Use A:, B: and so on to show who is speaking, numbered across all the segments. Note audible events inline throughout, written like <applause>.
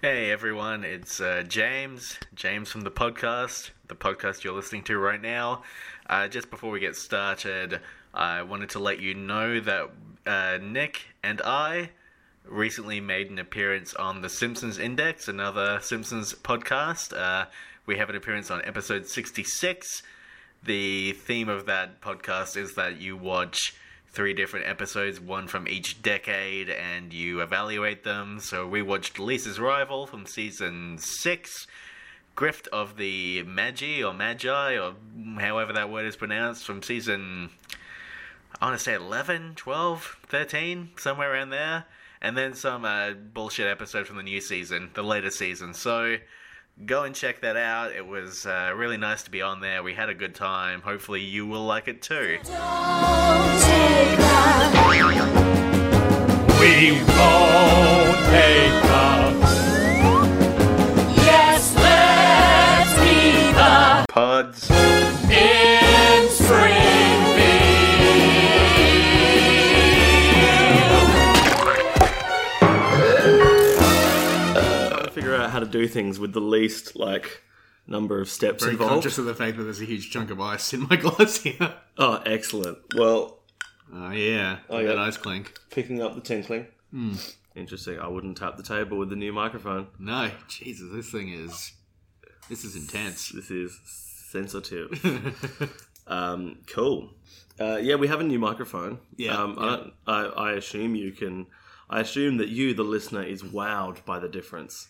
A: Hey everyone, it's uh, James, James from the podcast, the podcast you're listening to right now. Uh, just before we get started, I wanted to let you know that uh, Nick and I recently made an appearance on The Simpsons Index, another Simpsons podcast. Uh, we have an appearance on episode 66. The theme of that podcast is that you watch three different episodes, one from each decade, and you evaluate them. So we watched Lisa's Rival from season 6. Grift of the Magi or Magi or however that word is pronounced from season I want to say 11, 12, 13, somewhere around there. And then some uh, bullshit episode from the new season, the later season. So go and check that out. It was uh, really nice to be on there. We had a good time. Hopefully, you will like it too.
B: We won't take up. Yes, let's be the
A: Pods.
B: in Springfield.
C: trying to figure out how to do things with the least like number of steps
D: very
C: involved.
D: conscious of the fact that there's a huge chunk of ice in my <laughs> glass here.
C: Oh, excellent! Well,
D: Oh yeah,
C: yeah.
D: that ice clink.
C: picking up the tinkling.
D: Hmm.
C: Interesting. I wouldn't tap the table with the new microphone.
D: No, Jesus, this thing is. This is intense. <laughs>
C: This is sensitive. <laughs> um, cool. Uh, yeah, we have a new microphone.
D: Yeah,
C: Um, I, don't, I, I assume you can. I assume that you, the listener, is wowed by the difference.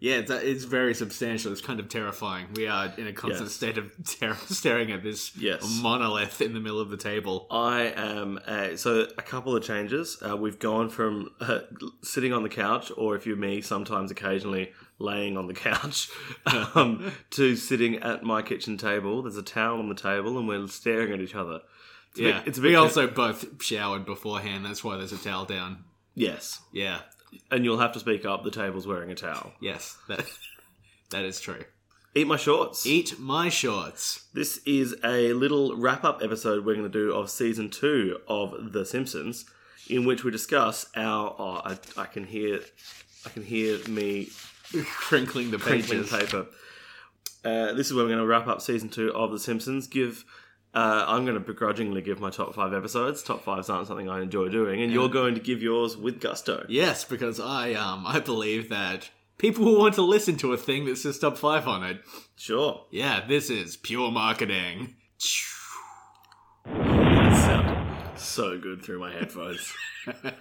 D: Yeah, it's, uh, it's very substantial. It's kind of terrifying. We are in a constant
C: Yes.
D: state of terror, <laughs> staring at this
C: Yes.
D: monolith in the middle of the table.
C: I am a, so a couple of changes. Uh, we've gone from uh, sitting on the couch, or if you're me, sometimes occasionally laying on the couch, <laughs> um, to sitting at my kitchen table. There's a towel on the table, and we're staring at each other. It's a
D: yeah,
C: bit- it's a
D: we
C: bit
D: also both showered beforehand. That's why there's a towel down.
C: yes,
D: Yeah,
C: and you'll have to speak up. The table's wearing a towel.
D: yes, that <laughs> that is true.
C: Eat my shorts.
D: Eat my shorts.
C: This is a little wrap up episode we're going to do of season two of The Simpsons, in which we discuss our. Oh, I, I can hear, I can hear me
D: Crinkling the
C: <laughs> crinkling
D: pages.
C: paper. Uh, this is where we're going to wrap up season two of The Simpsons. Give, uh, I'm going to begrudgingly give my top five episodes. Top fives aren't something I enjoy doing, and you're going to give yours with gusto.
D: Yes, because I um I believe that people will want to listen to a thing that says top five on it.
C: Sure.
D: Yeah, this is pure marketing.
C: That sounded so good through my headphones. <laughs>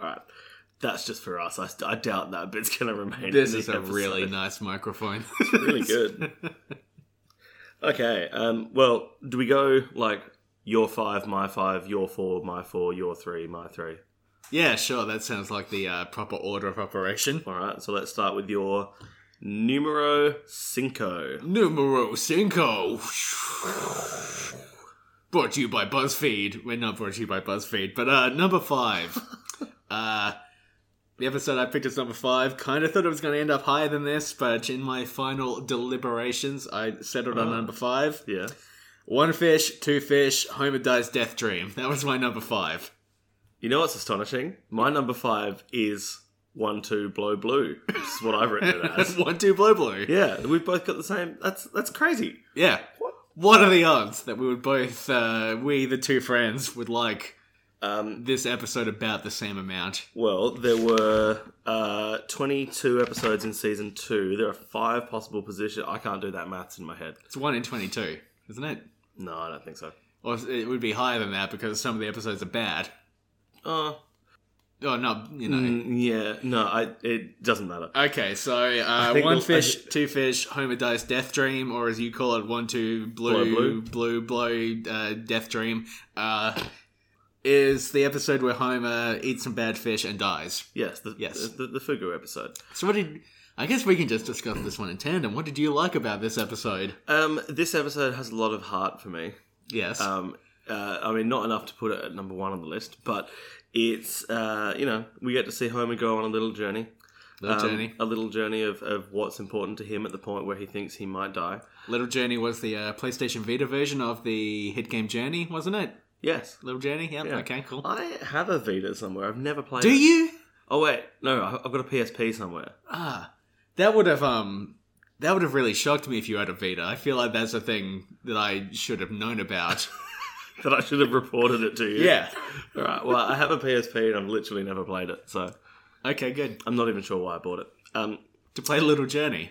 C: All right. That's just for us. I, I doubt that bit's going to remain. in
D: This
C: the
D: is a really
C: episode.
D: nice microphone. <laughs>
C: really good. Okay. Um, well, do we go like your five, my five, your four, my four, your three, my three?
D: yeah, sure. That sounds like the uh, proper order of operation.
C: All right. So let's start with your numero cinco.
D: Numero cinco. brought to you by BuzzFeed. We're not brought to you by BuzzFeed, but uh, number five. uh, the episode I picked as number five. Kind of thought it was going to end up higher than this, but in my final deliberations, I settled on number five.
C: Yeah.
D: One fish, two fish. Homer dies. Death dream. That was my number five.
C: You know what's astonishing? My number five is one, two, blow blue. Which is what I've written it
D: <laughs>
C: as.
D: One, two, blow, blow.
C: Yeah, we've both got the same. That's that's crazy.
D: Yeah. What? are the odds that we would both, uh, we the two friends, would like
C: Um,
D: this episode about the same amount?
C: well, there were uh, 22 episodes in season two. There are five possible positions. I can't do that maths in my head.
D: It's one in twenty-two, isn't it?
C: No, I don't think so.
D: Or it would be higher than that because some of the episodes are bad.
C: Uh,
D: Oh, no, you know.
C: mm, yeah, no, I, it doesn't matter.
D: Okay, so uh,
C: think
D: one
C: the-
D: fish,
C: I
D: two fish, Homer dies, death dream, or as you call it, one two blue
C: Blow,
D: blue blow, uh, death dream, uh, is the episode where Homer eats some bad fish and dies.
C: Yes, the,
D: Yes.
C: the, the Fugu episode.
D: So what did? I guess we can just discuss this one in tandem. What did you like about this episode?
C: Um, this episode has a lot of heart for me.
D: Yes.
C: Um, uh, I mean, not enough to put it at number one on the list, but it's uh, you know we get to see Homer go on a little journey,
D: Little
C: Um,
D: Journey.
C: a little journey of, of what's important to him at the point where he thinks he might die.
D: Little Journey was the uh, PlayStation Vita version of the hit game Journey, wasn't it?
C: Yes,
D: Little Journey. Yeah.
C: Yeah. Uh,
D: Okay. Cool.
C: I have a Vita somewhere. I've never played.
D: Do
C: it.
D: you?
C: Oh wait, no, I- I've got a PSP somewhere. <laughs>
D: Ah, that would have um, that would have really shocked me if you had a Vita. I feel like that's a thing that I should have known about.
C: that I should have reported it to you.
D: yeah.
C: All right. Well, I have a PSP and I've literally never played it, so
D: Okay, good.
C: I'm not even sure why I bought it. Um.
D: To play Little Journey.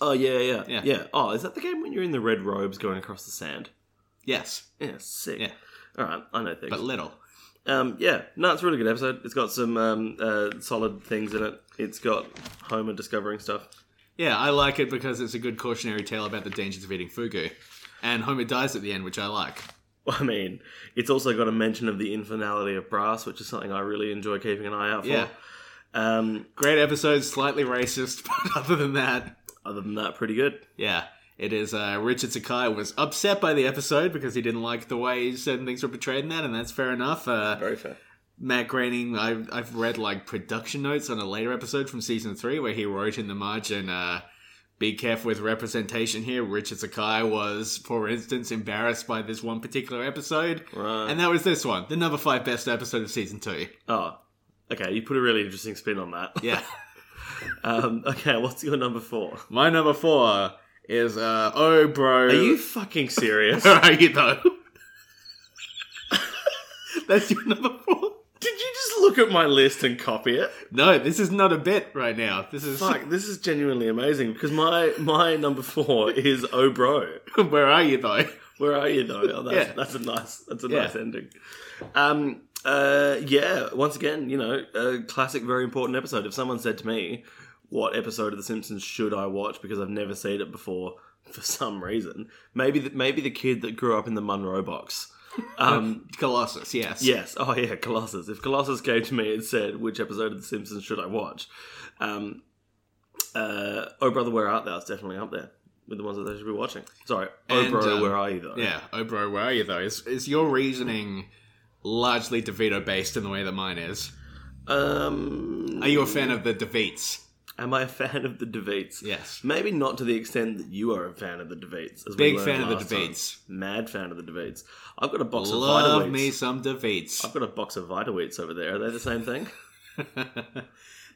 C: Oh yeah, yeah,
D: Yeah.
C: yeah, Oh, is that the game when you're in the red robes going across the sand?
D: Yes,
C: Yeah, sick.
D: Yeah.
C: All right, I know things.
D: but little.
C: um, yeah, no, it's a really good episode. It's got some um, uh, solid things in it. It's got Homer discovering stuff. <laughs>
D: Yeah, I like it because it's a good cautionary tale about the dangers of eating fugu, and Homer dies at the end, which I like.
C: I mean, it's also got a mention of the infinality of brass, which is something I really enjoy keeping an eye out for.
D: Yeah.
C: Um,
D: Great episode, slightly racist, <laughs> but other than that,
C: other than that, pretty good.
D: yeah. It is uh, Richard Sakai was upset by the episode because he didn't like the way certain things were portrayed in that, and that's fair enough. Uh,
C: Very fair.
D: Matt Groening, I've, I've read like production notes on a later episode from season three where he wrote in the margin, uh, be careful with representation here. Richard Sakai was, for instance, embarrassed by this one particular episode.
C: Right.
D: And that was this one, the number five best episode of season two.
C: Oh, okay. You put a really interesting spin on that.
D: Yeah.
C: Um, <laughs> okay, what's your number four?
D: <laughs> My number four is, uh, oh, bro.
C: Are you fucking serious?
D: Where are you, though? That's your number four?
C: <laughs> Did you just look at my list and copy it?
D: No, this is not a bit right now. This is,
C: Fuck, this is genuinely amazing because my my number four is Oh Bro.
D: <laughs> where are you, though?
C: Where are you though? Oh, that's,
D: Yeah.
C: that's a nice that's a
D: Yeah.
C: nice ending. Um, uh, yeah. Once again, you know, a classic, very important episode. If someone said to me, "What episode of The Simpsons should I watch?" because I've never seen it before for some reason, maybe the, maybe the kid that grew up in the Munro <laughs> box. Um,
D: Colossus, yes.
C: Yes. Oh, yeah. Colossus. If Colossus came to me and said, "Which episode of The Simpsons should I watch?" Um, uh, oh, brother, where art thou? It's definitely up there with the ones that they should be watching. Sorry. Oh,
D: And,
C: bro,
D: um,
C: where are you though?
D: Yeah, oh bro, where are you though? Is, is your reasoning largely DeVito based in the way that mine is?
C: Um,
D: Are you a fan of the DeVites?
C: am I a fan of the Deveets?
D: Yes.
C: Maybe not to the extent that you are a fan of the Deveets. As we
D: Big
C: learned
D: fan of the
C: last time.
D: DeVites.
C: Mad fan of the Deveets. I've got a box of
D: Love
C: Vita
D: me some DeVites. <laughs>
C: I've got a box of Vita Wheats over there. Are they the same thing?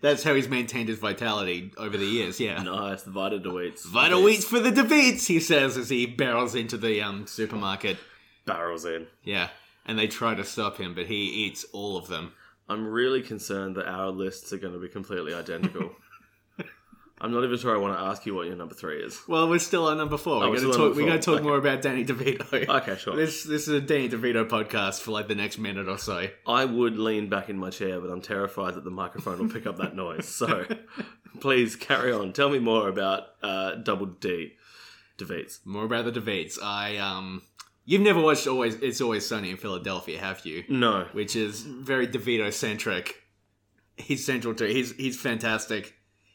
D: That's how he's maintained his vitality over the years, yeah.
C: nice. The Vita Wheats.
D: Vital wheats for the DeVites, he says as he barrels into the um, supermarket.
C: Barrels in.
D: Yeah. And they try to stop him, but he eats all of them.
C: I'm really concerned that our lists are going to be completely <laughs> identical. I'm not even sure I want to ask you what your number three is.
D: Well, we're still on number four.
C: Oh,
D: we
C: we're
D: got to
C: still on
D: talk.
C: number
D: We got to
C: four.
D: talk more about Danny <laughs> DeVito.
C: Okay, sure.
D: This this is a Danny DeVito podcast for like the next minute or so.
C: I would lean back in my chair, but I'm terrified that the microphone will pick up that noise. <laughs> So please carry on. Tell me more about uh, Double D DeVeets.
D: More about the debates. I um, you've never watched always it's always sunny in Philadelphia, have you?
C: No.
D: Which is very DeVito centric. He's central to. He's he's fantastic.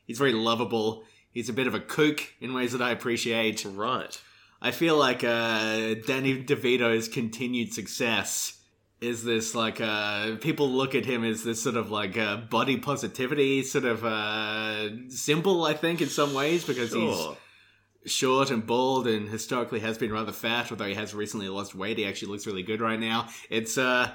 D: He's very lovable. He's a bit of a kook in ways that I appreciate.
C: Right.
D: I feel like uh, Danny DeVito's continued success is this like uh, people look at him as this sort of like uh, body positivity sort of uh, symbol, I think, in some ways because
C: Sure.
D: he's short and bald and historically has been rather fat, although he has recently lost weight. He actually looks really good right now. It's uh,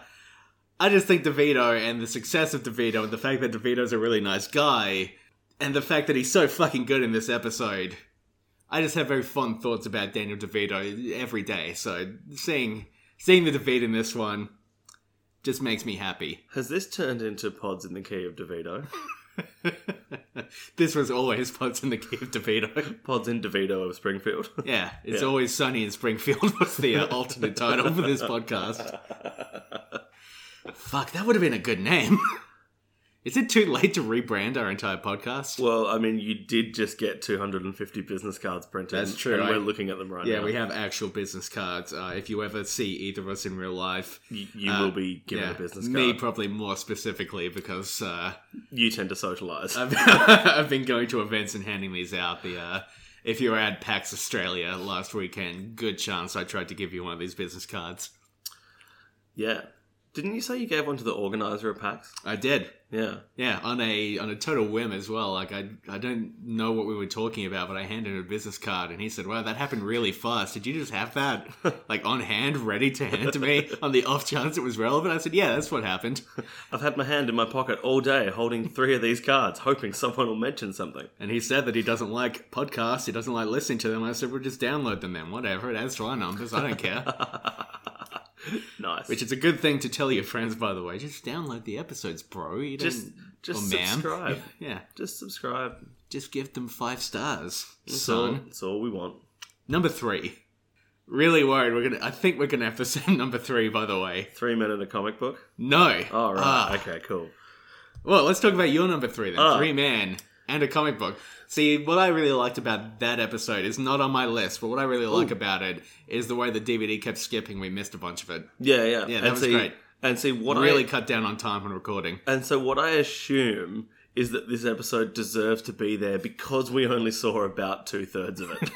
D: I just think DeVito and the success of DeVito and the fact that DeVito's a really nice guy and the fact that he's so fucking good in this episode. I just have very fond thoughts about Daniel DeVito every day. So seeing seeing the DeVito in this one just makes me happy. <laughs>
C: Has this turned into Pods in the Key of DeVito?
D: this was always Pots in the Key of DeVito. <laughs>
C: Pods in DeVito of Springfield. <laughs>
D: Yeah, it's
C: Yeah.
D: always sunny in Springfield <laughs> was the uh, alternate title for this podcast.
C: <laughs>
D: Fuck, that would have been a good name. <laughs> Is it too late to rebrand our entire podcast?
C: well, I mean, you did just get 250 business cards printed.
D: That's true,
C: And
D: I-
C: we're looking at them right
D: yeah,
C: now.
D: we have actual business cards. Uh, if you ever see either of us in real life,
C: You, you
D: Uh,
C: will be given a business card.
D: Me probably more specifically because
C: <laughs>
D: uh,
C: you tend to socialise.
D: I've, <laughs> I've been going to events and handing these out. The uh, if you were at PAX Australia last weekend, good chance I tried to give you one of these business cards.
C: Yeah. Didn't you say you gave one to the organizer of PAX?
D: I did.
C: Yeah.
D: Yeah, on a on a total whim as well. Like I I don't know what we were talking about, but I handed him a business card and he said, "Wow, that happened really fast. Did you just have that <laughs> like on hand, ready to hand to
C: <laughs>
D: me on the off chance it was relevant?" I said, "Yeah, that's what happened."
C: I've had my hand in my pocket all day holding three of these cards, hoping someone will mention something.
D: And he said that he doesn't like podcasts, he doesn't like listening to them. I said, "Well, just download them then. Whatever, it adds to our numbers. I don't
C: <laughs>
D: care."
C: Nice.
D: Which is a good thing to tell your friends, by the way. Just download the episodes, bro. You don't,
C: just just
D: or ma'am.
C: subscribe.
D: <laughs> yeah,
C: Just subscribe.
D: just give them five stars,
C: That's
D: son.
C: all- that's all we want.
D: Number three. Really worried. We're gonna. I think we're gonna have to <laughs> send number three. By the way,
C: Three men in a comic book.
D: no.
C: Oh, right.
D: Ah.
C: Okay, cool.
D: Well, let's talk about your number three then.
C: Ah.
D: Three man and a comic book. See, what I really liked about that episode is not on my list, but what I really like about it is the way the DVD kept skipping. We missed a bunch of it.
C: Yeah,
D: Yeah,
C: yeah.
D: that
C: and
D: was
C: see,
D: great.
C: And see what
D: really
C: I
D: cut down on time when recording.
C: and so what I assume is that this episode deserves to be there because we only saw about two thirds of it,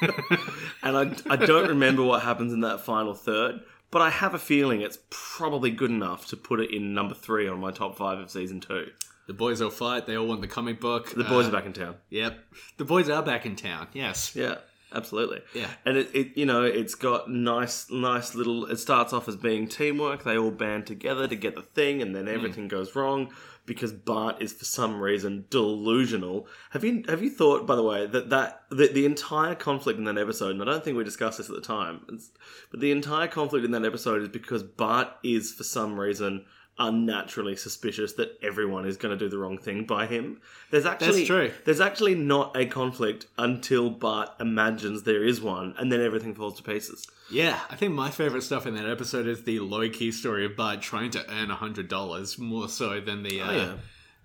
C: and I I don't remember what happens in that final third. But I have a feeling it's probably good enough to put it in number three on my top five of season two.
D: The boys all fight. They all want the comic book. Uh,
C: The boys are back in town.
D: Yep. The boys are back in town. Yes.
C: Yeah, absolutely.
D: Yeah.
C: and it, it you know it's got nice nice little. It starts off as being teamwork. They all band together to get the thing, and then everything goes wrong because Bart is for some reason delusional. Have you have you thought by the way that that the, the entire conflict in that episode? And I don't think we discussed this at the time, it's- but the entire conflict in that episode is because Bart is for some reason. Unnaturally suspicious that everyone is going to do the wrong thing by him. There's actually
D: true.
C: there's actually not a conflict until Bart imagines there is one, and then everything falls to pieces.
D: Yeah, I think my favorite stuff in that episode is the low key story of Bart trying to earn hundred dollars more so than the uh,
C: Oh, yeah.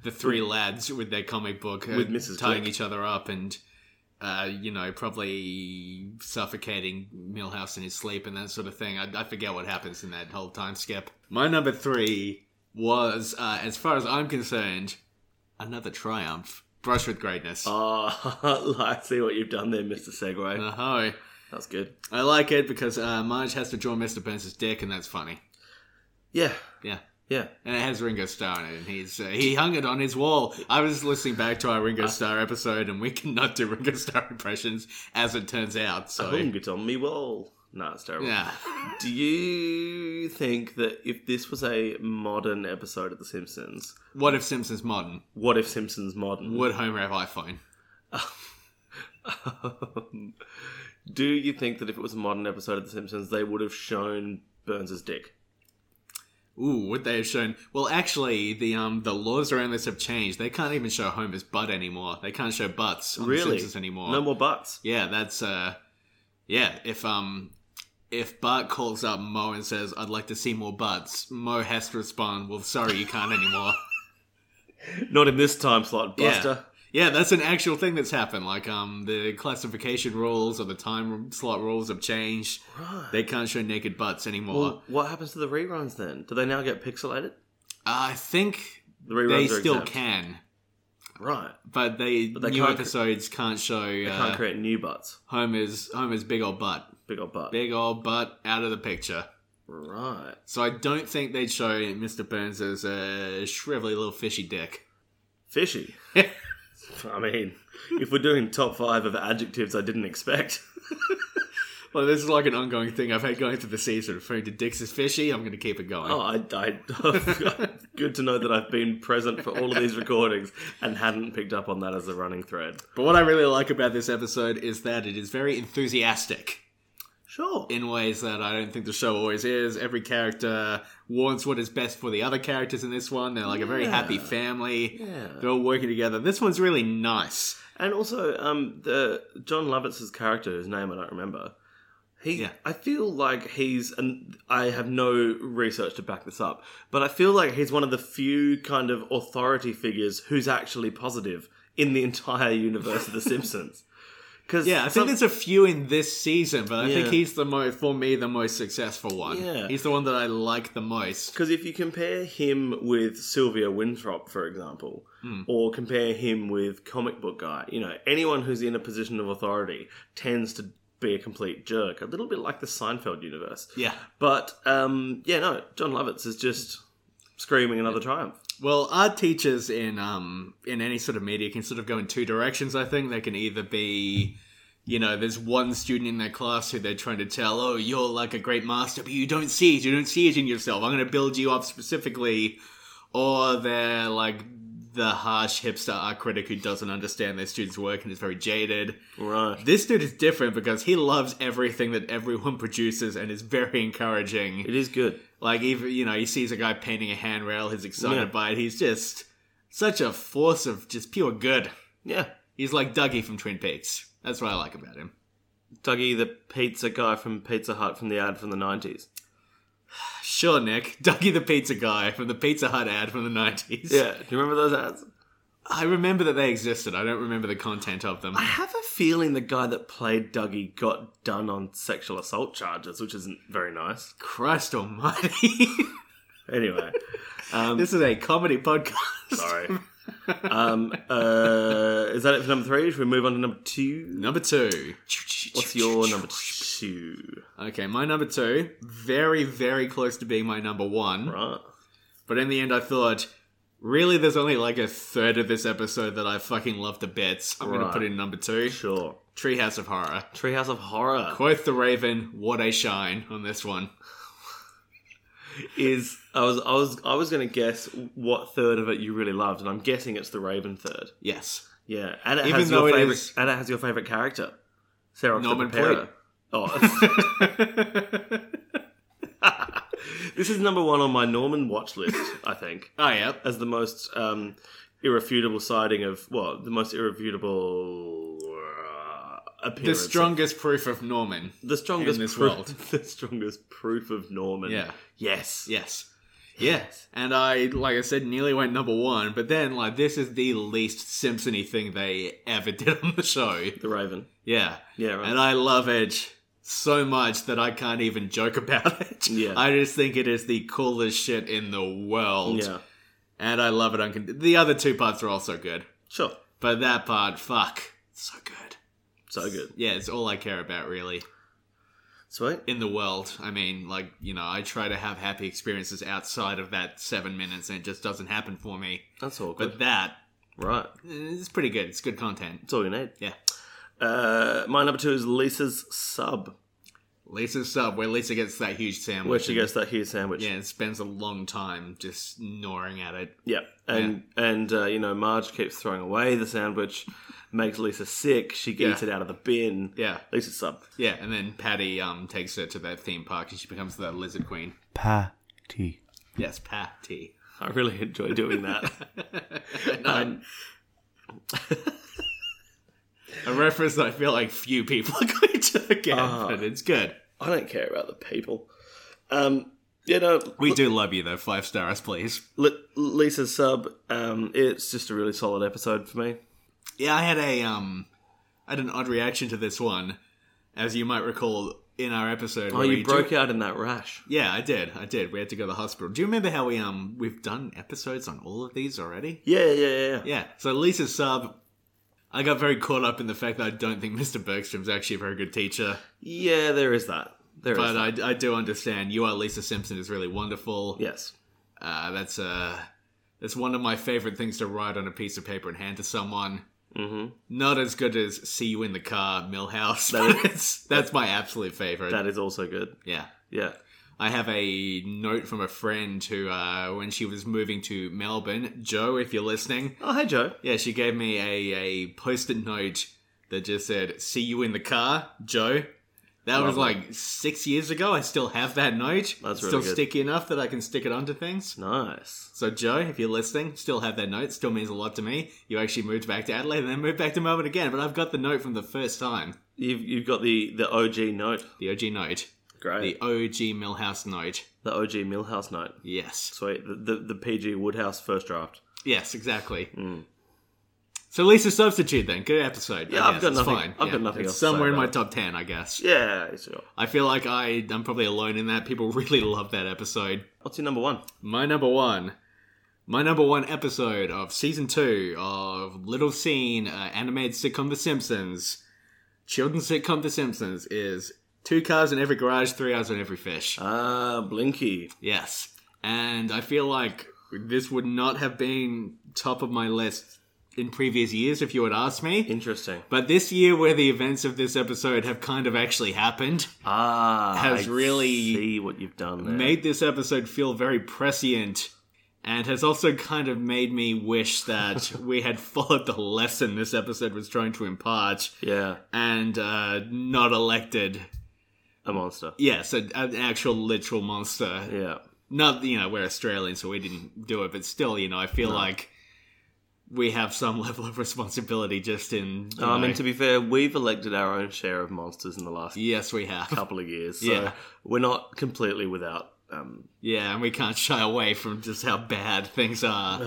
D: the three lads with their comic book uh,
C: With Mrs.
D: tying
C: Glick.
D: each other up and uh, you know probably suffocating Millhouse in his sleep and that sort of thing. I, I forget what happens in that whole time skip. My number three was, uh, as far as I'm concerned, another triumph. Brush with greatness. Uh
C: Oh, <laughs> I see what you've done there, Mr. Segway.
D: huh.
C: That's good.
D: Uh-huh. I like it because uh, Marge has to draw Mr. Burns' dick, and that's funny.
C: Yeah,
D: Yeah.
C: yeah.
D: And it has Ringo Starr in it, and he's uh, he hung it on his wall. I was listening back to our Ringo Starr episode, and we cannot do Ringo Starr impressions, as it turns out. So
C: Hung it on me wall. Nah, it's terrible.
D: yeah,
C: Do you think that if this was a modern episode of The Simpsons,
D: what if Simpsons modern?
C: what if Simpsons modern? <laughs>
D: Would Homer have iPhone?
C: Um, do you think that if it was a modern episode of The Simpsons, they would have shown Burns' dick?
D: Ooh, would they have shown? Well, actually, the um the laws around this have changed. They can't even show Homer's butt anymore. They can't show butts on The
C: Really?
D: Simpsons anymore.
C: No more butts.
D: Yeah, that's uh yeah, if um if Bart calls up Mo and says, I'd like to see more butts, Mo has to respond, Well sorry you can't anymore.
C: Not in this time slot,
D: Yeah.
C: Buster.
D: yeah, that's an actual thing that's happened. Like um the classification rules or the time slot rules have changed. They can't show naked butts anymore.
C: Well, what happens to the reruns then? Do they now get pixelated?
D: I think
C: The reruns
D: they
C: are
D: still
C: exempt.
D: can.
C: Right.
D: But they,
C: they
D: new
C: can't cr-
D: episodes can't show
C: They
D: uh,
C: can't create new butts.
D: Homer's Homer's big old butt.
C: Big old butt.
D: Big old butt out of the picture.
C: Right.
D: So I don't think they'd show Mr. Burns as a shrivelly little fishy dick.
C: <laughs> Fishy. I mean, if we're doing top five of adjectives I didn't expect. <laughs>
D: Well, this is like an ongoing thing I've had going through the season. Referring to dicks as fishy, I'm going to keep it going.
C: Oh, I, I <laughs> good to know that I've been present for all of these recordings and hadn't picked up on that as a running thread.
D: But what I really like about this episode is that it is very enthusiastic
C: Sure.
D: in ways that I don't think the show always is. Every character wants what is best for the other characters in this one. They're like a very
C: Yeah.
D: happy family.
C: Yeah.
D: They're all working together. This one's really nice.
C: And also, um, the John Lovitz's character, whose name I don't remember, he,
D: Yeah.
C: I feel like he's, and I have no research to back this up, but I feel like he's one of the few kind of authority figures who's actually positive in the entire
D: <laughs>
C: universe of The Simpsons. Because
D: Yeah, I think there's a few in this season, but I think
C: Yeah.
D: he's the most, for me, the most successful one.
C: Yeah.
D: He's the one that I like the most.
C: Because if you compare him with Sylvia Winthrop, for example, or compare him with comic book guy, you know, anyone who's in a position of authority tends to be a complete jerk, a little bit like the Seinfeld universe.
D: Yeah.
C: But um, yeah, no, John Lovitz is just screaming another triumph.
D: Well, art teachers in um in any sort of media can sort of go in two directions. I think they can either be, you know, there's one student in their class who they're trying to tell, oh, you're like a great master, but you don't see it. You don't see it in yourself. I'm going to build you up specifically, or they're like the harsh hipster art critic who doesn't understand their students' work and is very jaded.
C: Right.
D: This dude is different because he loves everything that everyone <laughs> produces and is very encouraging.
C: It is good.
D: Like even you know, he sees a guy painting a handrail, he's excited
C: Yeah.
D: by it. He's just such a force of just pure good.
C: Yeah.
D: He's like Dougie from Twin Peaks. That's what I like about him.
C: Dougie, the pizza guy from Pizza Hut from the ad from the 90s.
D: Sure, Nick. <laughs> Dougie the pizza guy from the Pizza Hut ad from the nineties.
C: Yeah. Do you remember those ads?
D: I remember that they existed. I don't remember the content of them.
C: I have a feeling the guy that played Dougie got done on sexual assault charges, which isn't very nice.
D: Christ almighty. <laughs>
C: Anyway, um,
D: this is a comedy podcast.
C: sorry. Um, uh, is that it for number three? Should we move on to number two?
D: Number two.
C: What's your number two?
D: Okay, my number two, very, very close to being my number one.
C: Right.
D: But in the end, I thought, really, there's only like a third of this episode that I fucking love to bits. I'm going
C: Right.
D: to put in number two
C: Sure.
D: Treehouse of Horror.
C: Treehouse of Horror
D: Quoth the Raven, what a shine on this one.
C: is I was I was I was going to guess what third of it you really loved, and I'm guessing it's the Raven third.
D: Yes. <laughs>
C: Yeah, and it
D: Even
C: has
D: though
C: your
D: it
C: favorite.
D: is-
C: And it has your favorite character, Sarah
D: Norman
C: the Preparer.
D: Poit.
C: Oh, <laughs> this is number one on my Norman watch list. I think
D: oh, yeah.
C: as the most um, irrefutable sighting of well, the most irrefutable uh,
D: The
C: appearance. of-
D: strongest proof of Norman.
C: the strongest
D: in this
C: proof,
D: world.
C: <laughs> the strongest proof of Norman.
D: Yeah.
C: Yes.
D: Yes. Yes. And I, like I said, nearly went number one, but then, like, this is the least Simpsony thing they ever <laughs> did on the show.
C: The Raven.
D: Yeah.
C: Yeah. Right.
D: And I love Edge so much that I can't even joke about <laughs> it.
C: Yeah.
D: I just think it is the coolest shit in the world.
C: yeah.
D: And I love it. Uncond- the other two parts are also good.
C: Sure.
D: But that part, fuck, so good.
C: So good.
D: Yeah, it's all I care about, really.
C: Sweet.
D: In the world, I mean, like, you know, I try to have happy experiences outside of that seven minutes and it just doesn't happen for me.
C: That's all good.
D: But that,
C: right.
D: eh, it's pretty good. It's good content.
C: That's all you need.
D: Yeah.
C: Uh, my number two is Lisa's sub,
D: Lisa's sub, where Lisa gets that huge sandwich.
C: where she
D: and-
C: gets that huge sandwich.
D: Mm-hmm. Yeah, and spends a long time just gnawing at it.
C: Yeah. And and uh, you know, Marge keeps throwing away the sandwich, makes Lisa sick. She gets
D: Yeah.
C: it out of the bin.
D: Yeah,
C: Lisa's sub.
D: yeah, and then Patty um takes her to that theme park and she becomes the lizard queen.
A: Patty.
D: Yes, <laughs> Patty.
C: I really enjoy doing <laughs> that. um,
D: A reference that I feel like few people <laughs> are going to get, but it's good.
C: I don't care about the people. Um, you know,
D: We do love you though. Five stars, please.
C: Li- Lisa's sub. Um, it's just a really solid episode for me.
D: Yeah, I had a um, I had an odd reaction to this one, as you might recall in our episode.
C: Oh,
D: where
C: you
D: we
C: broke
D: do-
C: out in that rash.
D: Yeah, I did. I did. We had to go to the hospital. Do you remember how we um we've done episodes on all of these already?
C: Yeah, yeah, yeah. yeah.
D: Yeah, so Lisa's sub. I got very caught up in the fact that I don't think Mr. Bergstrom's actually a very good teacher,
C: Yeah, there is that. There is.
D: but
C: that.
D: I, I do understand. You are Lisa Simpson is really wonderful.
C: yes.
D: Uh, that's uh, that's one of my favorite things to write on a piece of paper and hand to someone.
C: Mm-hmm.
D: Not as good as "See You in the Car," Millhouse.
C: That
D: That
C: is-
D: is, that's my absolute favorite.
C: That is also good.
D: yeah.
C: Yeah.
D: I have a note from a friend who, uh, when she was moving to Melbourne, Joe, if you're listening,
C: Oh, hey, Joe.
D: Yeah, she gave me a, a post-it note that just said, see you in the car, Joe. That was
C: Lovely.
D: like six years ago. I still have that note. It's
C: That's really
D: Still
C: good.
D: sticky enough that I can stick it onto things.
C: Nice.
D: So, Joe, if you're listening, still have that note. Still means a lot to me. You actually moved back to Adelaide and then moved back to Melbourne again, but I've got the note from the first time.
C: You've, you've got the, the OG note.
D: The OG note. The
C: Great.
D: OG Millhouse note.
C: The, OG Millhouse note.
D: Yes.
C: Sweet. The, the, the PG Woodhouse first draft.
D: Yes, exactly.
C: Hmm.
D: So, Lisa Substitute then. Good episode. I
C: Yeah, I've
D: guess.
C: got
D: It's
C: nothing-
D: fine.
C: I've got nothing
D: it's
C: else to say
D: Somewhere in my
C: about
D: top 10, I guess.
C: Yeah, sure.
D: I feel like I, I'm probably alone in that. People <laughs> really love that episode.
C: What's your number one?
D: My number one, my number one episode of season two of Little Scene uh, animated sitcom The Simpsons, children's sitcom The Simpsons is Two Cars in Every Garage, Three Eyes on Every Fish.
C: Ah, Blinky.
D: Yes. and I feel like this would not have been top of my list in previous years if you had asked me.
C: Interesting.
D: But this year, where the events of this episode have kind of actually happened,
C: Ah,
D: Has
C: I
D: really
C: see what you've done there.
D: made this episode feel very prescient, and has also kind of made me wish that we had followed the lesson this episode was trying to impart
C: yeah,
D: and uh, not elected.
C: a monster.
D: Yes, a, an actual literal monster
C: Yeah,
D: not you know we're Australian, so we didn't do it, but still, you know, I feel like we have some <laughs> level of responsibility just in. you
C: I mean
D: know-
C: Um, to be fair, we've elected our own share of monsters in the last
D: yes, we have.
C: couple of years. So
D: Yeah.
C: we're not completely without. Um,
D: Yeah, and we can't shy away from just how bad things are.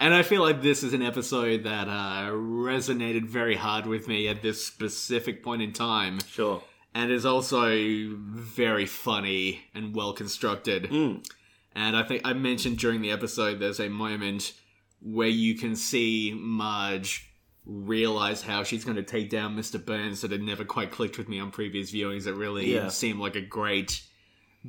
D: And I feel like this is an episode that uh, resonated very hard with me at this specific point in time,
C: sure.
D: and is also very funny and well constructed.
C: Mm.
D: And I think I mentioned during the episode there's a moment where you can see Marge realize how she's going to take down Mr. Burns that had never quite clicked with me on previous viewings. It really
C: Yeah.
D: seemed like a great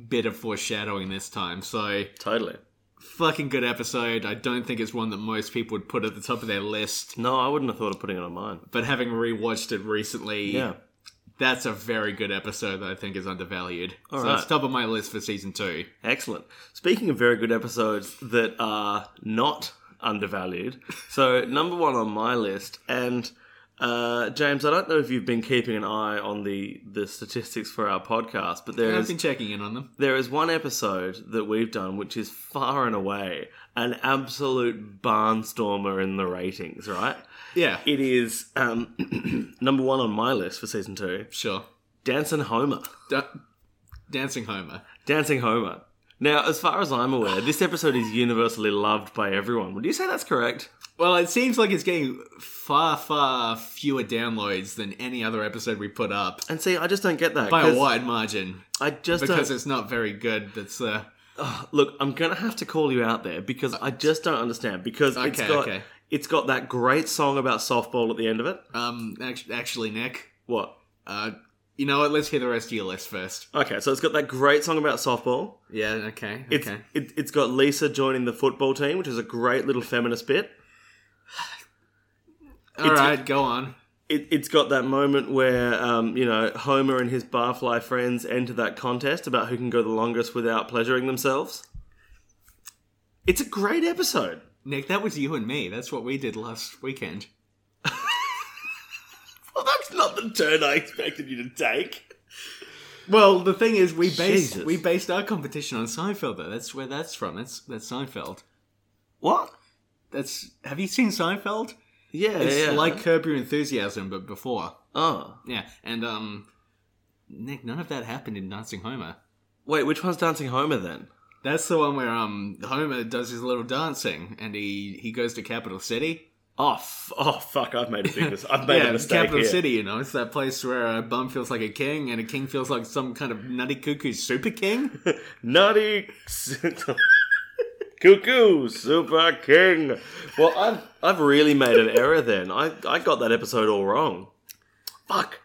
D: bit of foreshadowing this time. So,
C: Totally.
D: fucking good episode. I don't think it's one that most people would put at the top of their list,
C: No, I wouldn't have thought of putting it on mine.
D: but having rewatched it recently,
C: Yeah.
D: that's a very good episode that I think is undervalued.
C: All
D: so,
C: right.
D: it's top of my list for season two.
C: Excellent. Speaking of very good episodes that are not undervalued, so number one on my list, and uh, James, I don't know if you've been keeping an eye on the the statistics for our podcast, but there
D: I've
C: is
D: been checking in on them.
C: there is one episode that we've done which is far and away an absolute barnstormer in the ratings. Right?
D: Yeah,
C: It is um, <clears throat> number one on my list for season two,
D: sure.
C: Dancing Homer.
D: Da- Dancing Homer.
C: Dancing Homer. Now, as far as I'm aware, this episode is universally loved by everyone. Would you say that's correct?
D: Well, it seems like it's getting far, far fewer downloads than any other episode we put up
C: And see, I just don't get that.
D: by a
C: 'cause
D: wide margin
C: I just uh,
D: because
C: don't.
D: it's not very good. That's uh,
C: Look, I'm gonna have to call you out there because I just don't understand. Because it's
D: Okay,
C: got
D: okay.
C: it's got that great song about softball at the end of it.
D: um act- actually Nick.
C: What?
D: Uh, you know what? Let's hear the rest of your list first.
C: Okay, so it's got that great song about softball.
D: Yeah. Okay.
C: It's
D: okay.
C: it, it's got Lisa joining the football team, which is a great little feminist bit.
D: All right. Go on.
C: it, it's got that moment where um, you know Homer and his barfly friends enter that contest about who can go the longest without pleasuring themselves. It's a great episode.
D: Nick, that was you and me. That's what we did last weekend.
C: Well, that's not the turn I expected you to take.
D: Well, the thing is, we based
C: Jesus.
D: we based our competition on Seinfeld. Though that's where that's from. That's that's Seinfeld.
C: What?
D: That's. Have you seen Seinfeld?
C: Yeah,
D: It's
C: yeah.
D: like Curb Your Enthusiasm, but before.
C: oh
D: Yeah, and um, Nick, none of that happened in Dancing Homer.
C: wait, which one's Dancing Homer then?
D: That's the one where um Homer does his little dancing, and he he goes to Capital City.
C: Oh, f- oh fuck! I've made a big mistake. I've <laughs> made
D: yeah,
C: a
D: it's
C: mistake
D: Capital
C: here.
D: City. You know, it's that place where a bum feels like a king, and a king feels like some kind of nutty cuckoo super king. <laughs>
C: Nutty <laughs> Cuckoo Super King. Well, I've I've really made an error then. I, I got that episode all wrong. Fuck.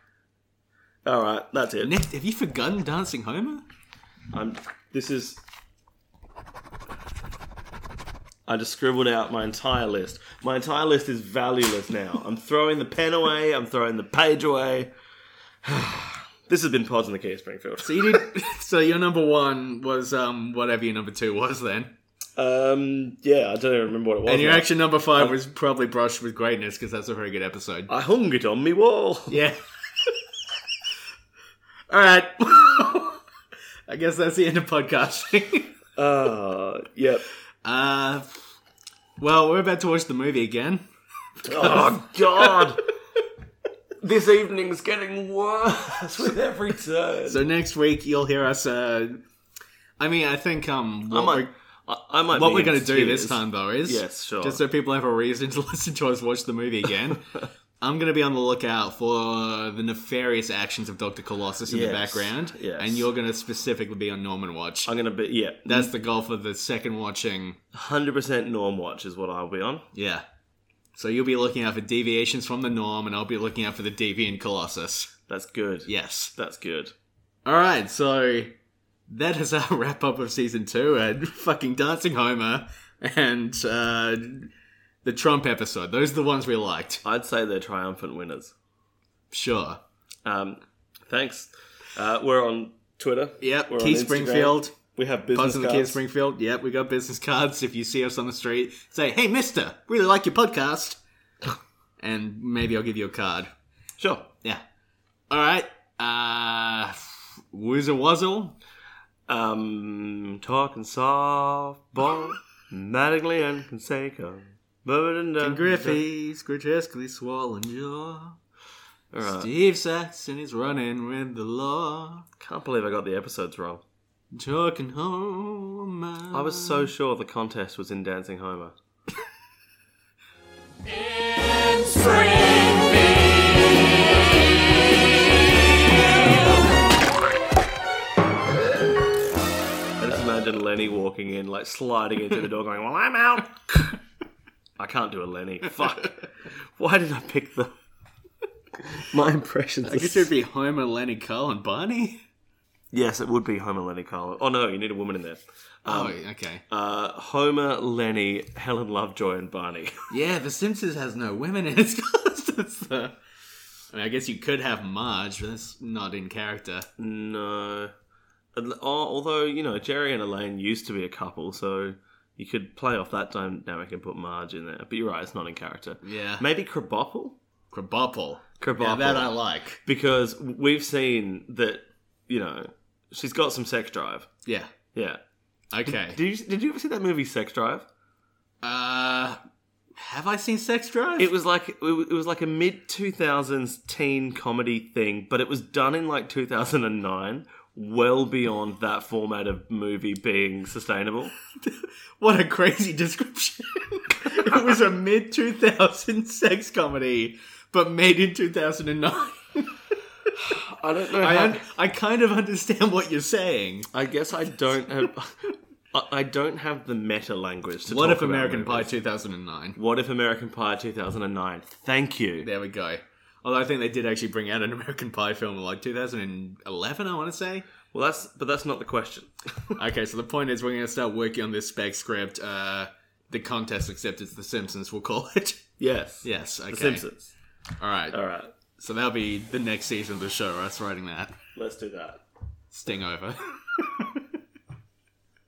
C: All right, that's it.
D: Nick, have you forgotten Dancing Homer?
C: I'm. This is. I just scribbled out my entire list. My entire list is valueless now. I'm throwing the pen away. I'm throwing the page away. <sighs> this has been Pods in the Key of Springfield.
D: So you did. <laughs> so your number one was um whatever your number two was then,
C: Um, yeah, I don't even remember what it was.
D: and your
C: now.
D: actual number five was probably brushed with greatness because that's a very good episode.
C: I hung it on me wall. <laughs>
D: Yeah. <laughs> All right. <laughs> I guess that's the end of podcasting. <laughs>
C: Uh, yep.
D: Uh, well, we're about to watch the movie again.
C: <laughs> Oh God! this evening's getting worse with every turn.
D: So next week you'll hear us. Uh, I mean, I think um,
C: I
D: what
C: might,
D: we're,
C: I, I might.
D: what
C: be
D: we're
C: in
D: going to do
C: tears.
D: this time though is
C: Yes, sure.
D: just so people have a reason to <laughs> listen to us watch the movie
C: <laughs>
D: again. I'm going to be on the lookout for the nefarious actions of Doctor Colossus in
C: Yes,
D: the background,
C: yes.
D: and you're going to specifically be on Norman Watch.
C: I'm gonna be yeah.
D: That's the goal for the second watching.
C: hundred percent norm watch is what I'll be on.
D: Yeah. So you'll be looking out for deviations from the norm, and I'll be looking out for the deviant colossus.
C: That's good.
D: Yes.
C: that's good.
D: All right. So that is our <laughs> wrap up of season two and fucking Dancing Homer and uh, the Trump episode. Those are the ones we liked.
C: I'd say they're triumphant winners.
D: Sure.
C: Um, thanks. Uh, we're on Twitter.
D: Yep.
C: We're on
D: Key
C: Instagram.
D: Springfield.
C: We have business
D: Buds of the Kid
C: cards.
D: Springfield. Yep, we got business cards. If you see us on the street, say, "Hey, Mister, really like your podcast," <laughs> and maybe I'll give you a card.
C: Sure.
D: Yeah. All right. Uh, Woozle Wuzzle.
C: Um, talking softball, <laughs> Mattingly and Conseco. And
D: Griffey's grotesquely swollen jaw.
C: All right.
D: Steve Saxon is running with the law.
C: Can't believe I got the episodes wrong.
D: Talking home. uh,
C: I was
D: <laughs>
C: so sure the contest was in Dancing Homer.
B: In Springfield.
C: I just imagine Lenny walking in, like sliding into the door, going, "Well,
D: <laughs>
C: I'm out." I can't do a Lenny. Fuck. Why did I
D: <laughs>
C: pick the? My impressions.
D: I guess it would be Homer, Lenny, Carl, and Barney.
C: yes, it would be Homer, Lenny, Carl. Oh no, you need a woman in there.
D: oh, okay.
C: Uh, Homer, Lenny, Helen Lovejoy, and Barney.
D: Yeah, The Simpsons has no women in <laughs> its cast. That's the- I mean, I guess you could have Marge, but that's not in character.
C: No. Al- al- Although, you know, Jerry and Elaine used to be a couple, so you could play off that dynamic and put Marge in there. But you're right, it's not in character.
D: Yeah.
C: Maybe Kraboppel?
D: Krabappel.
C: Krabappel.
D: Yeah, that uh, I like.
C: Because we've seen that, you know, she's got some sex drive.
D: Yeah.
C: Yeah.
D: <laughs> Okay.
C: Did you, did you ever see that movie Sex Drive?
D: Uh, have I seen Sex Drive?
C: It was like it wa- it was like a mid 2000s teen comedy thing, but it was done in like 2009, well beyond that format of movie being sustainable.
D: What a crazy <laughs> description. it was a mid 2000 sex comedy, but made in 2009.
C: I don't know.
D: I,
C: how-
D: un- I kind of understand what you're saying.
C: I guess <laughs> I don't have. I- I don't have the meta language. To
D: What
C: talk
D: if
C: about
D: American Pie
C: movies.
D: 2009?
C: What if American Pie 2009? Thank you.
D: There we go. Although I think they did actually bring out an <laughs> American Pie film in like 2011, I want to say.
C: Well, that's but that's not the question.
D: Okay, so the point is we're going to start working on this spec script. Uh, the contest, except it's The Simpsons, we'll call it. <laughs>
C: Yes.
D: yes, okay.
C: The Simpsons.
D: All right.
C: All right.
D: So that'll be the next season of the show, us writing that.
C: Let's do that.
D: Sting over. <laughs>